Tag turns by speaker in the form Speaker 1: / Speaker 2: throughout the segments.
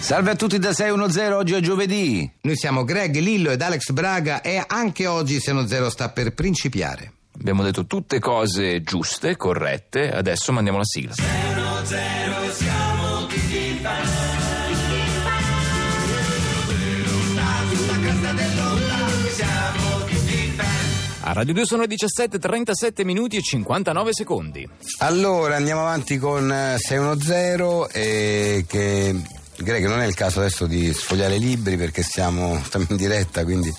Speaker 1: Salve a tutti da 610, oggi è giovedì.
Speaker 2: Noi siamo Greg Lillo ed Alex Braga e anche oggi Se non Zero sta per principiare.
Speaker 1: Abbiamo detto tutte cose giuste, corrette, adesso mandiamo la sigla.
Speaker 3: A Radio 2 sono le 17:37 minuti e 59 secondi.
Speaker 2: Allora andiamo avanti con eh, 610 e che Greg non è il caso adesso di sfogliare i libri perché siamo, siamo in diretta quindi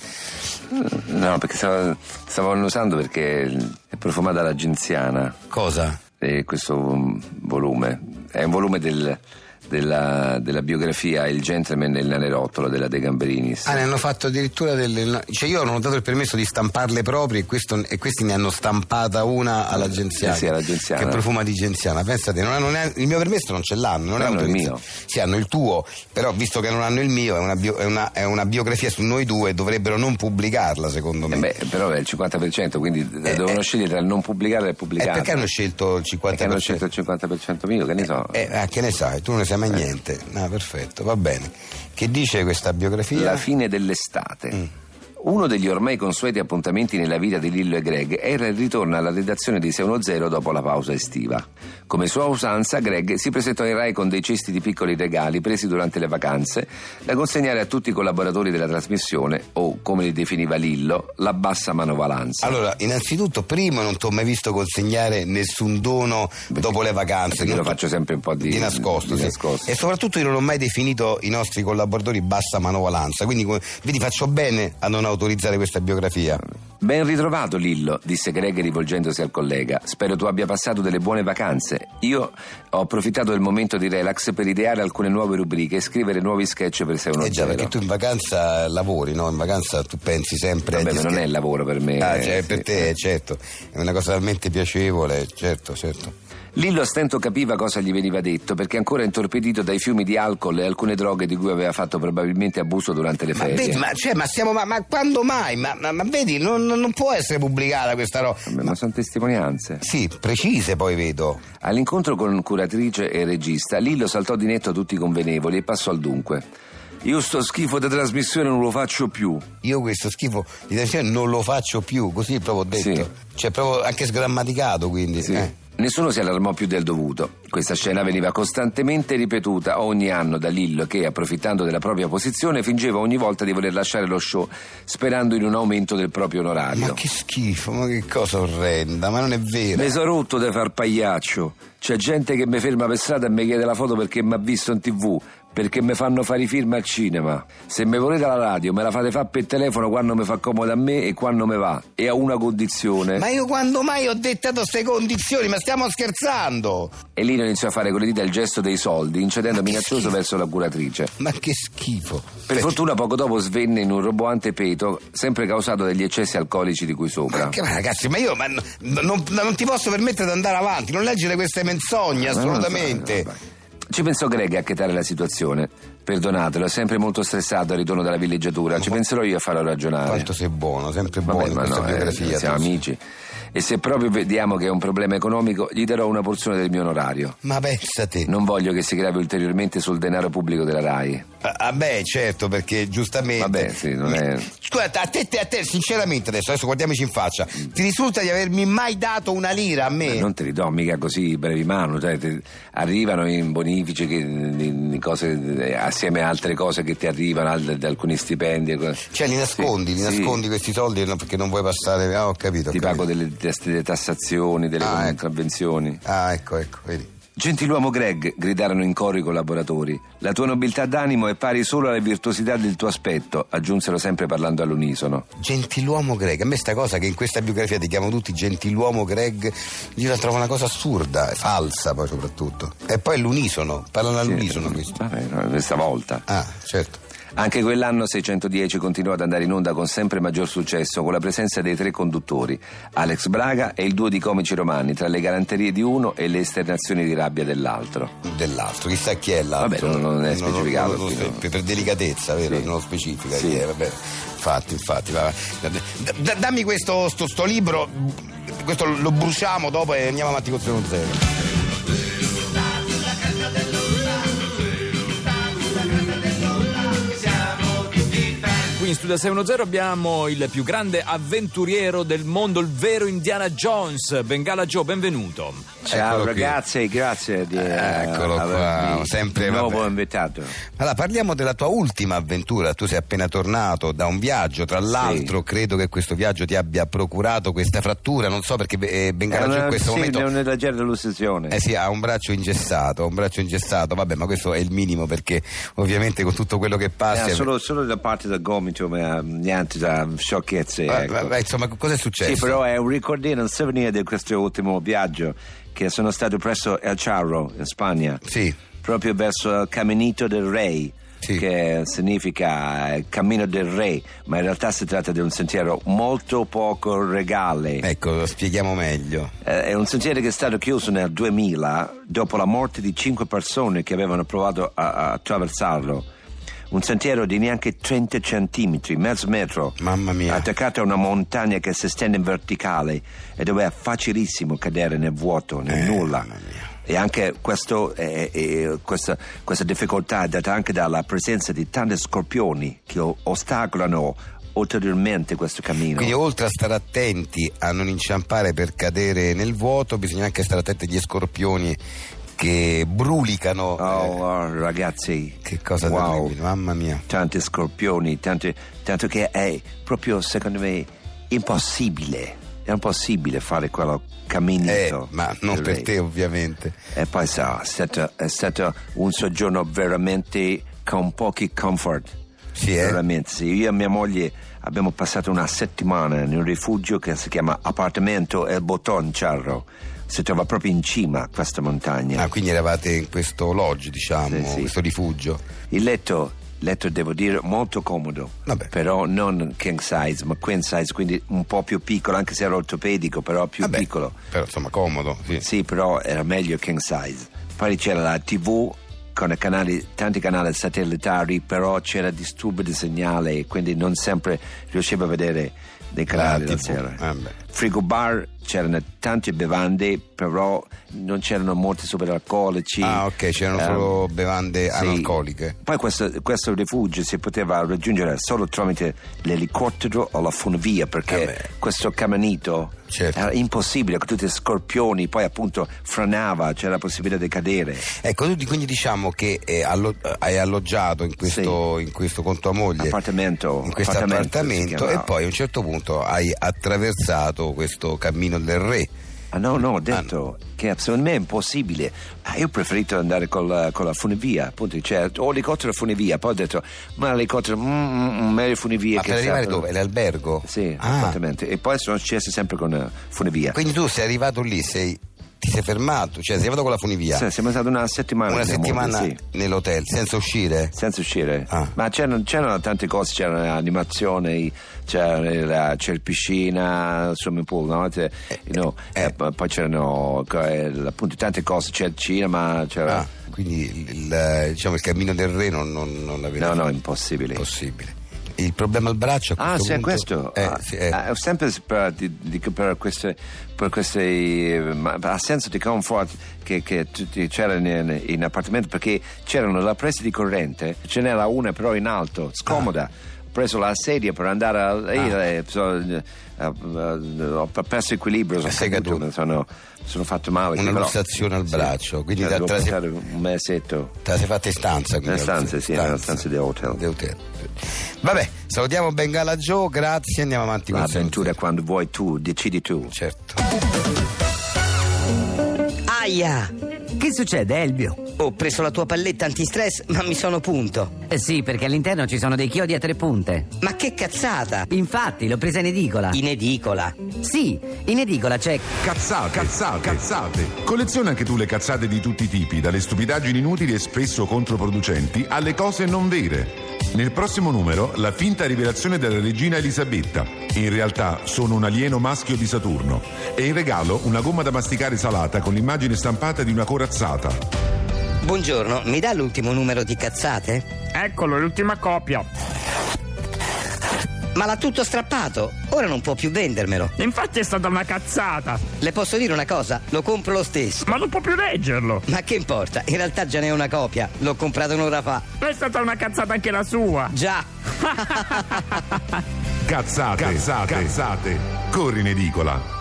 Speaker 4: No, perché stavo, stavo annusando perché è profumata l'agenziana
Speaker 2: cosa?
Speaker 4: e questo um, volume è un volume del- della, della biografia Il gentleman nel nanerotolo della De Gamberinis.
Speaker 2: Ah, ne hanno fatto addirittura delle. Cioè, io non ho dato il permesso di stamparle proprie e, questo- e questi ne hanno stampata una all'agenzia.
Speaker 4: Eh sì, all'Agenziana.
Speaker 2: Che profuma di genziana. Pensate, non hanno neanche- il mio permesso non ce l'hanno, non è
Speaker 4: Hanno il
Speaker 2: autorizzato.
Speaker 4: mio.
Speaker 2: Sì, hanno il tuo, però visto che non hanno il mio, è una, bio- è una- è una biografia su noi due, dovrebbero non pubblicarla, secondo me.
Speaker 4: Eh beh, però è il 50%, quindi devono scegliere tra non pubblicare e
Speaker 2: Eh,
Speaker 4: pubblicare.
Speaker 2: perché hanno scelto il 50%?
Speaker 4: Perché hanno scelto il 50% mio, che ne so.
Speaker 2: Eh, ah, che ne sai, tu non ne sai mai
Speaker 4: Eh.
Speaker 2: niente. Ah, perfetto, va bene. Che dice questa biografia?
Speaker 4: La fine dell'estate. Uno degli ormai consueti appuntamenti nella vita di Lillo e Greg era il ritorno alla redazione di 610 dopo la pausa estiva. Come sua usanza, Greg si presentò in Rai con dei cesti di piccoli regali presi durante le vacanze da consegnare a tutti i collaboratori della trasmissione o, come li definiva Lillo, la bassa manovalanza.
Speaker 2: Allora, innanzitutto, primo, non ti ho mai visto consegnare nessun dono dopo le vacanze.
Speaker 4: perché
Speaker 2: Non
Speaker 4: lo
Speaker 2: ti-
Speaker 4: faccio sempre un po' di-
Speaker 2: nascosto,
Speaker 4: di
Speaker 2: sì.
Speaker 4: nascosto.
Speaker 2: E soprattutto io non ho mai definito i nostri collaboratori bassa manovalanza. Quindi, come- vedi, faccio bene a non autorizzare questa biografia.
Speaker 4: Ben ritrovato Lillo, disse Greg rivolgendosi al collega. Spero tu abbia passato delle buone vacanze. Io ho approfittato del momento di relax per ideare alcune nuove rubriche e scrivere nuovi sketch per
Speaker 2: Eh
Speaker 4: 610.
Speaker 2: già, perché tu in vacanza lavori, no? In vacanza tu pensi sempre
Speaker 4: Vabbè,
Speaker 2: agli
Speaker 4: ma non
Speaker 2: scher-
Speaker 4: è lavoro per me.
Speaker 2: Ah,
Speaker 4: eh,
Speaker 2: cioè, per
Speaker 4: sì.
Speaker 2: te, certo. È una cosa talmente piacevole, certo, certo.
Speaker 4: Lillo a stento capiva cosa gli veniva detto perché ancora intorpidito dai fiumi di alcol e alcune droghe di cui aveva fatto probabilmente abuso durante le
Speaker 2: Ma,
Speaker 4: ferie.
Speaker 2: vedi, ma, cioè, ma, siamo, ma, ma quando mai? Ma, ma- ma vedi, non, non- non può essere pubblicata questa roba.
Speaker 4: Vabbè, ma sono testimonianze.
Speaker 2: Sì, precise poi vedo.
Speaker 4: All'incontro con curatrice e regista, Lillo saltò di netto a tutti i convenevoli e passò al dunque. Io sto schifo di trasmissione non lo faccio più.
Speaker 2: Io questo schifo di televisione non lo faccio più, così proprio ho detto. Cioè, proprio anche sgrammaticato, quindi. eh.
Speaker 4: Nessuno si allarmò più del dovuto. Questa scena veniva costantemente ripetuta ogni anno da Lillo che, approfittando della propria posizione, fingeva ogni volta di voler lasciare lo show sperando in un aumento del proprio
Speaker 2: Ma
Speaker 4: onorario.
Speaker 2: che schifo, ma che cosa orrenda, ma non è vero.
Speaker 4: Me so rotto di far pagliaccio. C'è gente che mi ferma per strada e mi chiede la foto perché mi ha visto in tv, perché mi fanno fare i film al cinema. Se mi volete la radio, me la fate fare per telefono quando mi fa comodo a me e quando mi va. E a una condizione.
Speaker 2: Ma io quando mai ho dettato queste condizioni? Ma stiamo scherzando!
Speaker 4: E Lillo iniziò a fare con le dita il gesto dei soldi, incedendo minaccioso verso la curatrice.
Speaker 2: Ma che schifo.
Speaker 4: Per fortuna poco dopo svenne in un roboante peto, sempre causato dagli eccessi alcolici di cui sopra.
Speaker 2: Ma che- ma ragazzi, ma io ma n- non, non ti posso permettere di andare avanti, non leggere queste menzogne,
Speaker 4: Ma non lo so,
Speaker 2: assolutamente.
Speaker 4: vabbè. Ci pensò Greg a chetare la situazione. Perdonatelo, è sempre molto stressato al ritorno dalla villeggiatura. Ci penserò io a farlo ragionare.
Speaker 2: Quanto sei buono, sempre buono
Speaker 4: Vabbè,
Speaker 2: in
Speaker 4: ma
Speaker 2: questa
Speaker 4: no, eh,
Speaker 2: biografia.
Speaker 4: siamo
Speaker 2: tu.
Speaker 4: amici. E se proprio vediamo che è un problema economico, gli darò una porzione del mio onorario.
Speaker 2: Ma pensate.
Speaker 4: Non voglio che si gravi ulteriormente sul denaro pubblico della RAI.
Speaker 2: Ah, ah, beh, certo, perché giustamente.
Speaker 4: Vabbè, sì, non è-
Speaker 2: Scusa, a te, a te, sinceramente adesso, adesso guardiamoci in faccia. Ti risulta di avermi mai dato una lira a me?
Speaker 4: Eh, Non te li do mica così brevi mano, cioè, te- arrivano in bonifici che- in- in cose- eh, assieme a altre cose che ti arrivano, al- da alcuni stipendi. e co-
Speaker 2: Cioè, li nascondi,
Speaker 4: Sì,
Speaker 2: li
Speaker 4: sì.
Speaker 2: nascondi questi soldi no, perché non vuoi passare. Ah, ho capito. ho
Speaker 4: Ti
Speaker 2: capito.
Speaker 4: pago delle, tas- delle tassazioni, delle
Speaker 2: Ah, ecco.
Speaker 4: contravvenzioni.
Speaker 2: Ah, ecco, ecco, vedi.
Speaker 4: Gentiluomo Greg, gridarono in coro i collaboratori, la tua nobiltà d'animo è pari solo alla virtuosità del tuo aspetto, aggiunsero sempre parlando all'unisono.
Speaker 2: Gentiluomo Greg, a me sta cosa che in questa biografia ti chiamano tutti gentiluomo Greg, io la trovo una cosa assurda, falsa poi soprattutto. E poi l'unisono, parlano all'unisono questo.
Speaker 4: Vabbè, no, questa volta.
Speaker 2: Ah, certo.
Speaker 4: Anche quell'anno 610 continuò ad andare in onda con sempre maggior successo con la presenza dei tre conduttori, Alex Braga e il duo di comici romani, tra le galanterie di uno e le esternazioni di rabbia dell'altro.
Speaker 2: Dell'altro, chissà chi è l'altro.
Speaker 4: Vabbè, non- non è specificato
Speaker 2: lo
Speaker 4: qui,
Speaker 2: spe-
Speaker 4: no.
Speaker 2: per delicatezza, vero?
Speaker 4: Sì.
Speaker 2: Non lo specifica.
Speaker 4: Sì.
Speaker 2: chi è, vabbè. Infatti, infatti. va- va. Da- da- dammi questo sto, sto libro, questo lo bruciamo dopo e andiamo avanti con 0 zero.
Speaker 1: in studio 610 abbiamo il più grande avventuriero del mondo, il vero Indiana Jones, Bengala Joe, benvenuto.
Speaker 2: Eccolo
Speaker 4: Ciao
Speaker 2: qui.
Speaker 4: ragazzi, grazie di eh,
Speaker 2: Eccolo
Speaker 4: avermi
Speaker 2: qua, sempre,
Speaker 4: di nuovo
Speaker 2: vabbè.
Speaker 4: invitato.
Speaker 2: Allora, parliamo della tua ultima avventura. Tu sei appena tornato da un viaggio, tra l'altro credo che questo viaggio ti abbia procurato questa frattura, non so perché eh, Bengala Joe in questo
Speaker 4: sì,
Speaker 2: momento
Speaker 4: è una leggera delusione.
Speaker 2: Eh sì, ha un braccio ingessato, ha un braccio ingessato, vabbè, ma questo è il minimo perché ovviamente con tutto quello che passa.
Speaker 4: Eh, solo, solo da parte del gomito, ma eh, niente da sciocchezze.
Speaker 2: Ma-
Speaker 4: ecco.
Speaker 2: ma- ma insomma, cosa è successo?
Speaker 4: Sì, però è un ricordino, un souvenir di questo ultimo viaggio che sono stato presso El Charro in Spagna.
Speaker 2: Sì.
Speaker 4: proprio verso il Caminito del Re.
Speaker 2: Sì.
Speaker 4: Che significa eh, cammino del re, ma in realtà si tratta di un sentiero molto poco regale.
Speaker 2: Ecco, lo spieghiamo meglio.
Speaker 4: Eh, è un sentiero che è stato chiuso nel 2000 dopo la morte di cinque persone che avevano provato a, a attraversarlo. Un sentiero di neanche 30 centimetri, mezzo metro,
Speaker 2: Mamma mia.
Speaker 4: attaccato a una montagna che si stende in verticale e dove è facilissimo cadere nel vuoto, nel
Speaker 2: Eh,
Speaker 4: nulla.
Speaker 2: mamma mia.
Speaker 4: E anche questo, eh, eh, questa, questa difficoltà è data anche dalla presenza di tanti scorpioni che o- ostacolano ulteriormente questo cammino.
Speaker 2: Quindi oltre a stare attenti a non inciampare per cadere nel vuoto, bisogna anche stare attenti agli scorpioni che brulicano.
Speaker 4: Oh,
Speaker 2: Eh,
Speaker 4: oh, ragazzi,
Speaker 2: che cosa
Speaker 4: wow.
Speaker 2: terribile, mamma mia.
Speaker 4: Tanti scorpioni, tanti- tanto che è proprio, secondo me, impossibile. È impossibile fare quello
Speaker 2: Eh,
Speaker 4: camminito.
Speaker 2: ma non per
Speaker 4: Direi.
Speaker 2: te ovviamente.
Speaker 4: E poi sa, è stato, è stato un soggiorno veramente con pochi comfort.
Speaker 2: Sì, eh?
Speaker 4: Veramente, sì. Io e mia moglie abbiamo passato una settimana in un rifugio che si chiama Appartamento El Boton Charro. Si trova proprio in cima a questa montagna.
Speaker 2: Ah, quindi eravate in questo lodge, diciamo,
Speaker 4: Sì, sì.
Speaker 2: questo rifugio.
Speaker 4: Il letto, letto devo dire molto comodo,
Speaker 2: Vabbè.
Speaker 4: però non king size, ma queen size, quindi un po' più piccolo, anche se era ortopedico, però più
Speaker 2: Vabbè,
Speaker 4: piccolo.
Speaker 2: Però insomma comodo. sì.
Speaker 4: Sì, però era meglio king size. Poi c'era la TV con i canali- tanti canali satellitari, però c'era disturbo di segnale, quindi non sempre riuscivo a vedere dei canali
Speaker 2: La ah,
Speaker 4: la
Speaker 2: TV,
Speaker 4: sera.
Speaker 2: vabbè.
Speaker 4: Frigo bar c'erano tante bevande, però non c'erano molti superalcolici.
Speaker 2: Ah, ok, c'erano
Speaker 4: Ehm,
Speaker 2: solo bevande
Speaker 4: sì.
Speaker 2: eh, analcoliche.
Speaker 4: Poi questo, questo rifugio si poteva raggiungere solo tramite l'elicottero o la funivia perché
Speaker 2: Eh beh.
Speaker 4: questo caminito
Speaker 2: Certo.
Speaker 4: era impossibile con tutti i scorpioni, poi appunto franava, c'era la possibilità di cadere.
Speaker 2: Ecco, tu di- quindi diciamo che eh, allo- eh, hai alloggiato in questo, in questo con tua moglie.
Speaker 4: Appartamento,
Speaker 2: In questo
Speaker 4: appartamento si
Speaker 2: appartamento e
Speaker 4: chiamava.
Speaker 2: poi a un certo punto hai attraversato questo cammino del re.
Speaker 4: Ah, no, no, ho detto che secondo me è impossibile. Ah, io ho preferito andare con la, con la funivia, appunto, cioè, o elicottero o funivia. Poi ho detto, ma l'elicottero, mm, mm, mm, meglio funivia
Speaker 2: Ma
Speaker 4: che
Speaker 2: Ah, per arrivare
Speaker 4: sta-
Speaker 2: dove? L'albergo?
Speaker 4: Sì,
Speaker 2: Ah,
Speaker 4: appartamento. E poi sono sceso sempre con la funivia.
Speaker 2: Quindi tu sei arrivato lì, sei- ti sei fermato, cioè sei arrivato con la funivia.
Speaker 4: Sì, siamo stati una settimana.
Speaker 2: una
Speaker 4: siamo-
Speaker 2: settimana
Speaker 4: sì,
Speaker 2: nell'hotel senza uscire?
Speaker 4: senza uscire.
Speaker 2: Ah.
Speaker 4: Ma c'erano, c'erano tante cose, c'erano animazioni, c'era, la- c'era il piscina, il swimming pool, no? C'è- no,
Speaker 2: eh.
Speaker 4: eh, poi c'erano eh, appunto tante cose, c'era il cinema, c'era...
Speaker 2: Ah, quindi il, il- diciamo, il cammino del re non, non, non l'avete
Speaker 4: No, no,
Speaker 2: fatto.
Speaker 4: impossibile.
Speaker 2: Possibile. Il problema al braccio a
Speaker 4: Ah,
Speaker 2: questo
Speaker 4: sì, è
Speaker 2: punto-
Speaker 4: questo.
Speaker 2: Eh,
Speaker 4: Ah,
Speaker 2: sì, eh.
Speaker 4: ah, sempre per, di- dico per queste, per queste, eh, ma- assenza di comfort che, che tutti c'era in, in appartamento perché c'erano la presa di corrente, ce n'era una però in alto,
Speaker 2: Ah.
Speaker 4: scomoda. Ho preso la sedia per andare a lì, eh, so- eh, eh, ho perso equilibrio, sono
Speaker 2: Sei
Speaker 4: caduto,
Speaker 2: caduto.
Speaker 4: mi sono, sono fatto male.
Speaker 2: Una
Speaker 4: però-
Speaker 2: lussazione al
Speaker 4: sì.
Speaker 2: braccio, quindi
Speaker 4: Eh,
Speaker 2: da-
Speaker 4: devo
Speaker 2: tra-
Speaker 4: passare un mesetto.
Speaker 2: Te la sei fatta in stanza? quindi,
Speaker 4: In stanza,
Speaker 2: al-
Speaker 4: sì, nella stanza di hotel.
Speaker 2: di hotel. Vabbè, salutiamo Bengala Joe, grazie, andiamo avanti con
Speaker 4: L'avventura quando vuoi tu, decidi tu.
Speaker 2: Certo.
Speaker 5: Aia!
Speaker 6: Che succede, Elvio?
Speaker 5: Ho preso la tua palletta antistress, ma mi sono punto.
Speaker 6: Eh sì, perché all'interno ci sono dei chiodi a tre punte.
Speaker 5: Ma che cazzata!
Speaker 6: Infatti, l'ho presa in edicola.
Speaker 5: In edicola.
Speaker 6: Sì, in edicola c'è.
Speaker 7: Cazzate, cazzate, cazzate. Colleziona anche tu le cazzate di tutti i tipi, dalle stupidaggini inutili e spesso controproducenti alle cose non vere. Nel prossimo numero, la finta rivelazione della regina Elisabetta. In realtà sono un alieno maschio di Saturno. E in regalo una gomma da masticare salata con l'immagine stampata di una corazzata.
Speaker 5: Buongiorno, mi dà l'ultimo numero di cazzate?
Speaker 8: Eccolo, l'ultima copia.
Speaker 5: ma l'ha tutto strappato. Ora non può più vendermelo.
Speaker 8: Infatti è stata una cazzata,
Speaker 5: Le posso dire una cosa, lo compro lo stesso.
Speaker 8: ma non può più leggerlo.
Speaker 5: Ma che importa, in realtà già ne ho una copia, l'ho comprato un'ora fa.
Speaker 8: È stata una cazzata anche la sua.
Speaker 5: Già.
Speaker 7: Cazzate, cazzate, cazzate. Corri in edicola.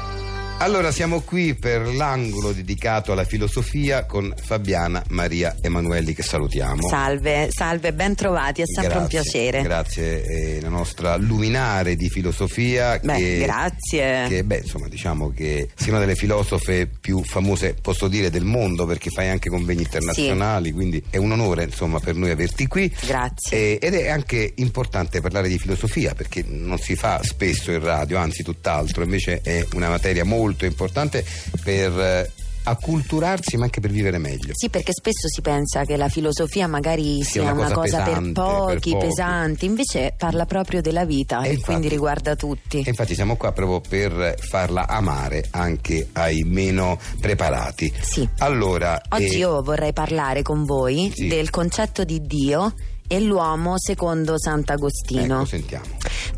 Speaker 2: Allora siamo qui per l'angolo dedicato alla filosofia con Fabiana Maria Emanuelli che salutiamo.
Speaker 9: Salve, salve, ben trovati, è sempre un
Speaker 2: Grazie,
Speaker 9: piacere.
Speaker 2: Grazie, eh, la nostra luminare di filosofia.
Speaker 9: Beh,
Speaker 2: che,
Speaker 9: grazie.
Speaker 2: Che, beh, insomma, diciamo che sei una delle filosofe più famose, posso dire, del mondo perché fai anche convegni internazionali, quindi è un onore, insomma, per noi averti qui.
Speaker 9: Grazie.
Speaker 2: Eh, ed è anche importante parlare di filosofia perché non si fa spesso in radio, anzi tutt'altro, invece è una materia molto importante per eh, acculturarsi ma anche per vivere meglio.
Speaker 9: Sì, perché spesso si pensa che la filosofia magari
Speaker 2: Sì,
Speaker 9: sia
Speaker 2: una
Speaker 9: una,
Speaker 2: cosa
Speaker 9: cosa,
Speaker 2: pesante,
Speaker 9: per, pochi,
Speaker 2: per pochi.
Speaker 9: pesante, invece parla proprio della vita Ah,
Speaker 2: E
Speaker 9: e,
Speaker 2: infatti- Eh.
Speaker 9: quindi riguarda tutti.
Speaker 2: E infatti siamo qua proprio per farla amare anche ai meno preparati.
Speaker 9: Sì.
Speaker 2: Allora,
Speaker 9: Oggi
Speaker 2: eh,
Speaker 9: io vorrei parlare con voi
Speaker 2: Sì.
Speaker 9: del concetto di Dio e l'uomo secondo Sant'Agostino.
Speaker 2: ecco, sentiamo.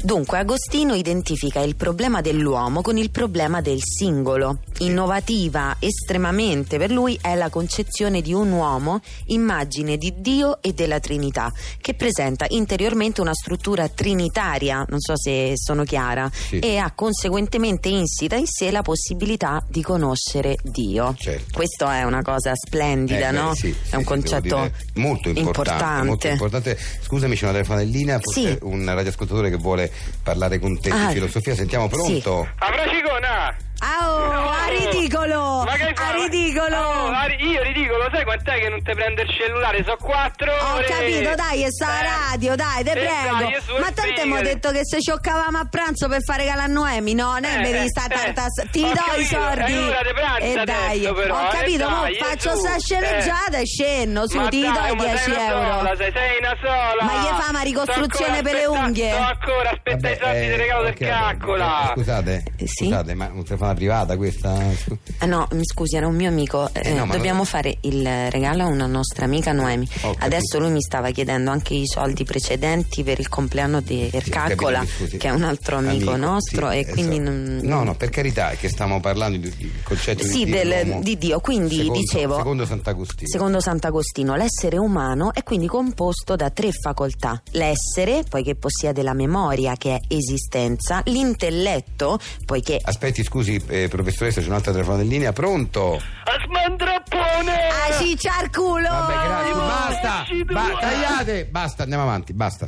Speaker 9: Dunque, Agostino identifica il problema dell'uomo con il problema del singolo. Innovativa estremamente per lui è la concezione di un uomo, immagine di Dio e della Trinità, che presenta interiormente una struttura trinitaria, non so se sono chiara,
Speaker 2: Sì.
Speaker 9: e ha conseguentemente insita in sé la possibilità di conoscere Dio.
Speaker 2: Certo.
Speaker 9: Questo è una cosa splendida,
Speaker 2: Eh, beh,
Speaker 9: no?
Speaker 2: sì, sì,
Speaker 9: è un
Speaker 2: sì,
Speaker 9: concetto
Speaker 2: devo dire, molto importante, molto importante. Scusami, c'è una telefonellina, forse
Speaker 9: Sì.
Speaker 2: un radioascoltatore che vuole parlare con te
Speaker 9: Ah,
Speaker 2: di filosofia. Sentiamo, pronto?
Speaker 8: Avracicona!
Speaker 9: Ah, oh, ah, ridicolo!
Speaker 8: Ma che
Speaker 9: Ah,
Speaker 8: fa?
Speaker 9: ridicolo!
Speaker 8: Oh, ah, ri- io ridicolo, sai quant'è che non ti prende il cellulare? So quattro
Speaker 9: Ho
Speaker 8: ore.
Speaker 9: capito, dai, è sta
Speaker 8: Eh,
Speaker 9: radio, dai, te
Speaker 8: eh,
Speaker 9: prego.
Speaker 8: dai, è su
Speaker 9: Ma tanto abbiamo
Speaker 8: spiegare.
Speaker 9: detto che se scioccavamo a pranzo per fare cala a Noemi, no? Non è
Speaker 8: Eh,
Speaker 9: per
Speaker 8: eh,
Speaker 9: sta
Speaker 8: eh.
Speaker 9: tanta. Ti
Speaker 8: Ho
Speaker 9: do i
Speaker 8: capito, eh,
Speaker 9: sordi.
Speaker 8: è ora di
Speaker 9: e
Speaker 8: pranzo adesso,
Speaker 9: dai,
Speaker 8: però,
Speaker 9: ho
Speaker 8: eh,
Speaker 9: capito, mo
Speaker 8: dai, eh,
Speaker 9: faccio
Speaker 8: su,
Speaker 9: sta sceneggiata e scendo, su,
Speaker 8: Ma
Speaker 9: ti
Speaker 8: dai,
Speaker 9: do i
Speaker 8: ma
Speaker 9: 10
Speaker 8: sei una
Speaker 9: euro.
Speaker 8: Sola, sei, sei una sola.
Speaker 9: Ma gli fa una ricostruzione
Speaker 8: Sto ancora
Speaker 9: per le
Speaker 8: aspetta-
Speaker 9: unghie?
Speaker 8: Sto ancora, aspetta i
Speaker 2: Vabbè,
Speaker 8: soldi
Speaker 2: eh,
Speaker 8: del regalo
Speaker 2: ok,
Speaker 8: del
Speaker 2: vabbè,
Speaker 8: caccola.
Speaker 2: eh, Scusate,
Speaker 9: Eh, sì?
Speaker 2: scusate, ma è un telefono arrivata questa? Scu-
Speaker 9: Ah, No, mi scusi, era un mio amico.
Speaker 2: Eh,
Speaker 9: Eh,
Speaker 2: no, ma
Speaker 9: dobbiamo
Speaker 2: no.
Speaker 9: fare il regalo a una nostra amica Noemi.
Speaker 2: Ho capito.
Speaker 9: Adesso lui mi stava chiedendo anche i soldi precedenti per il compleanno di
Speaker 2: Sì, ho capito,
Speaker 9: Ercacola,
Speaker 2: mi scusi.
Speaker 9: che è un altro amico, nostro.
Speaker 2: sì,
Speaker 9: e
Speaker 2: esatto.
Speaker 9: quindi non-
Speaker 2: No, no, per carità, è che stiamo parlando di- di concetto
Speaker 9: Sì,
Speaker 2: di,
Speaker 9: del-
Speaker 2: dell'uomo.
Speaker 9: di Dio, quindi
Speaker 2: Secondo-
Speaker 9: dicevo-
Speaker 2: Secondo Sant'Agostino.
Speaker 9: Secondo Sant'Agostino, l'essere umano è quindi composto da tre facoltà: l'essere, poiché possiede la memoria, che è esistenza, l'intelletto, poiché.
Speaker 2: Aspetti, scusi, eh, professoressa, c'è un'altra telefonata in linea. Pronto?
Speaker 8: Asmandrappone!
Speaker 9: Ah, ciccia al culo!
Speaker 2: Vabbè, grazie. Basta!
Speaker 8: esci tu,
Speaker 2: Ba-
Speaker 8: eh.
Speaker 2: tagliate! Basta, andiamo avanti, basta.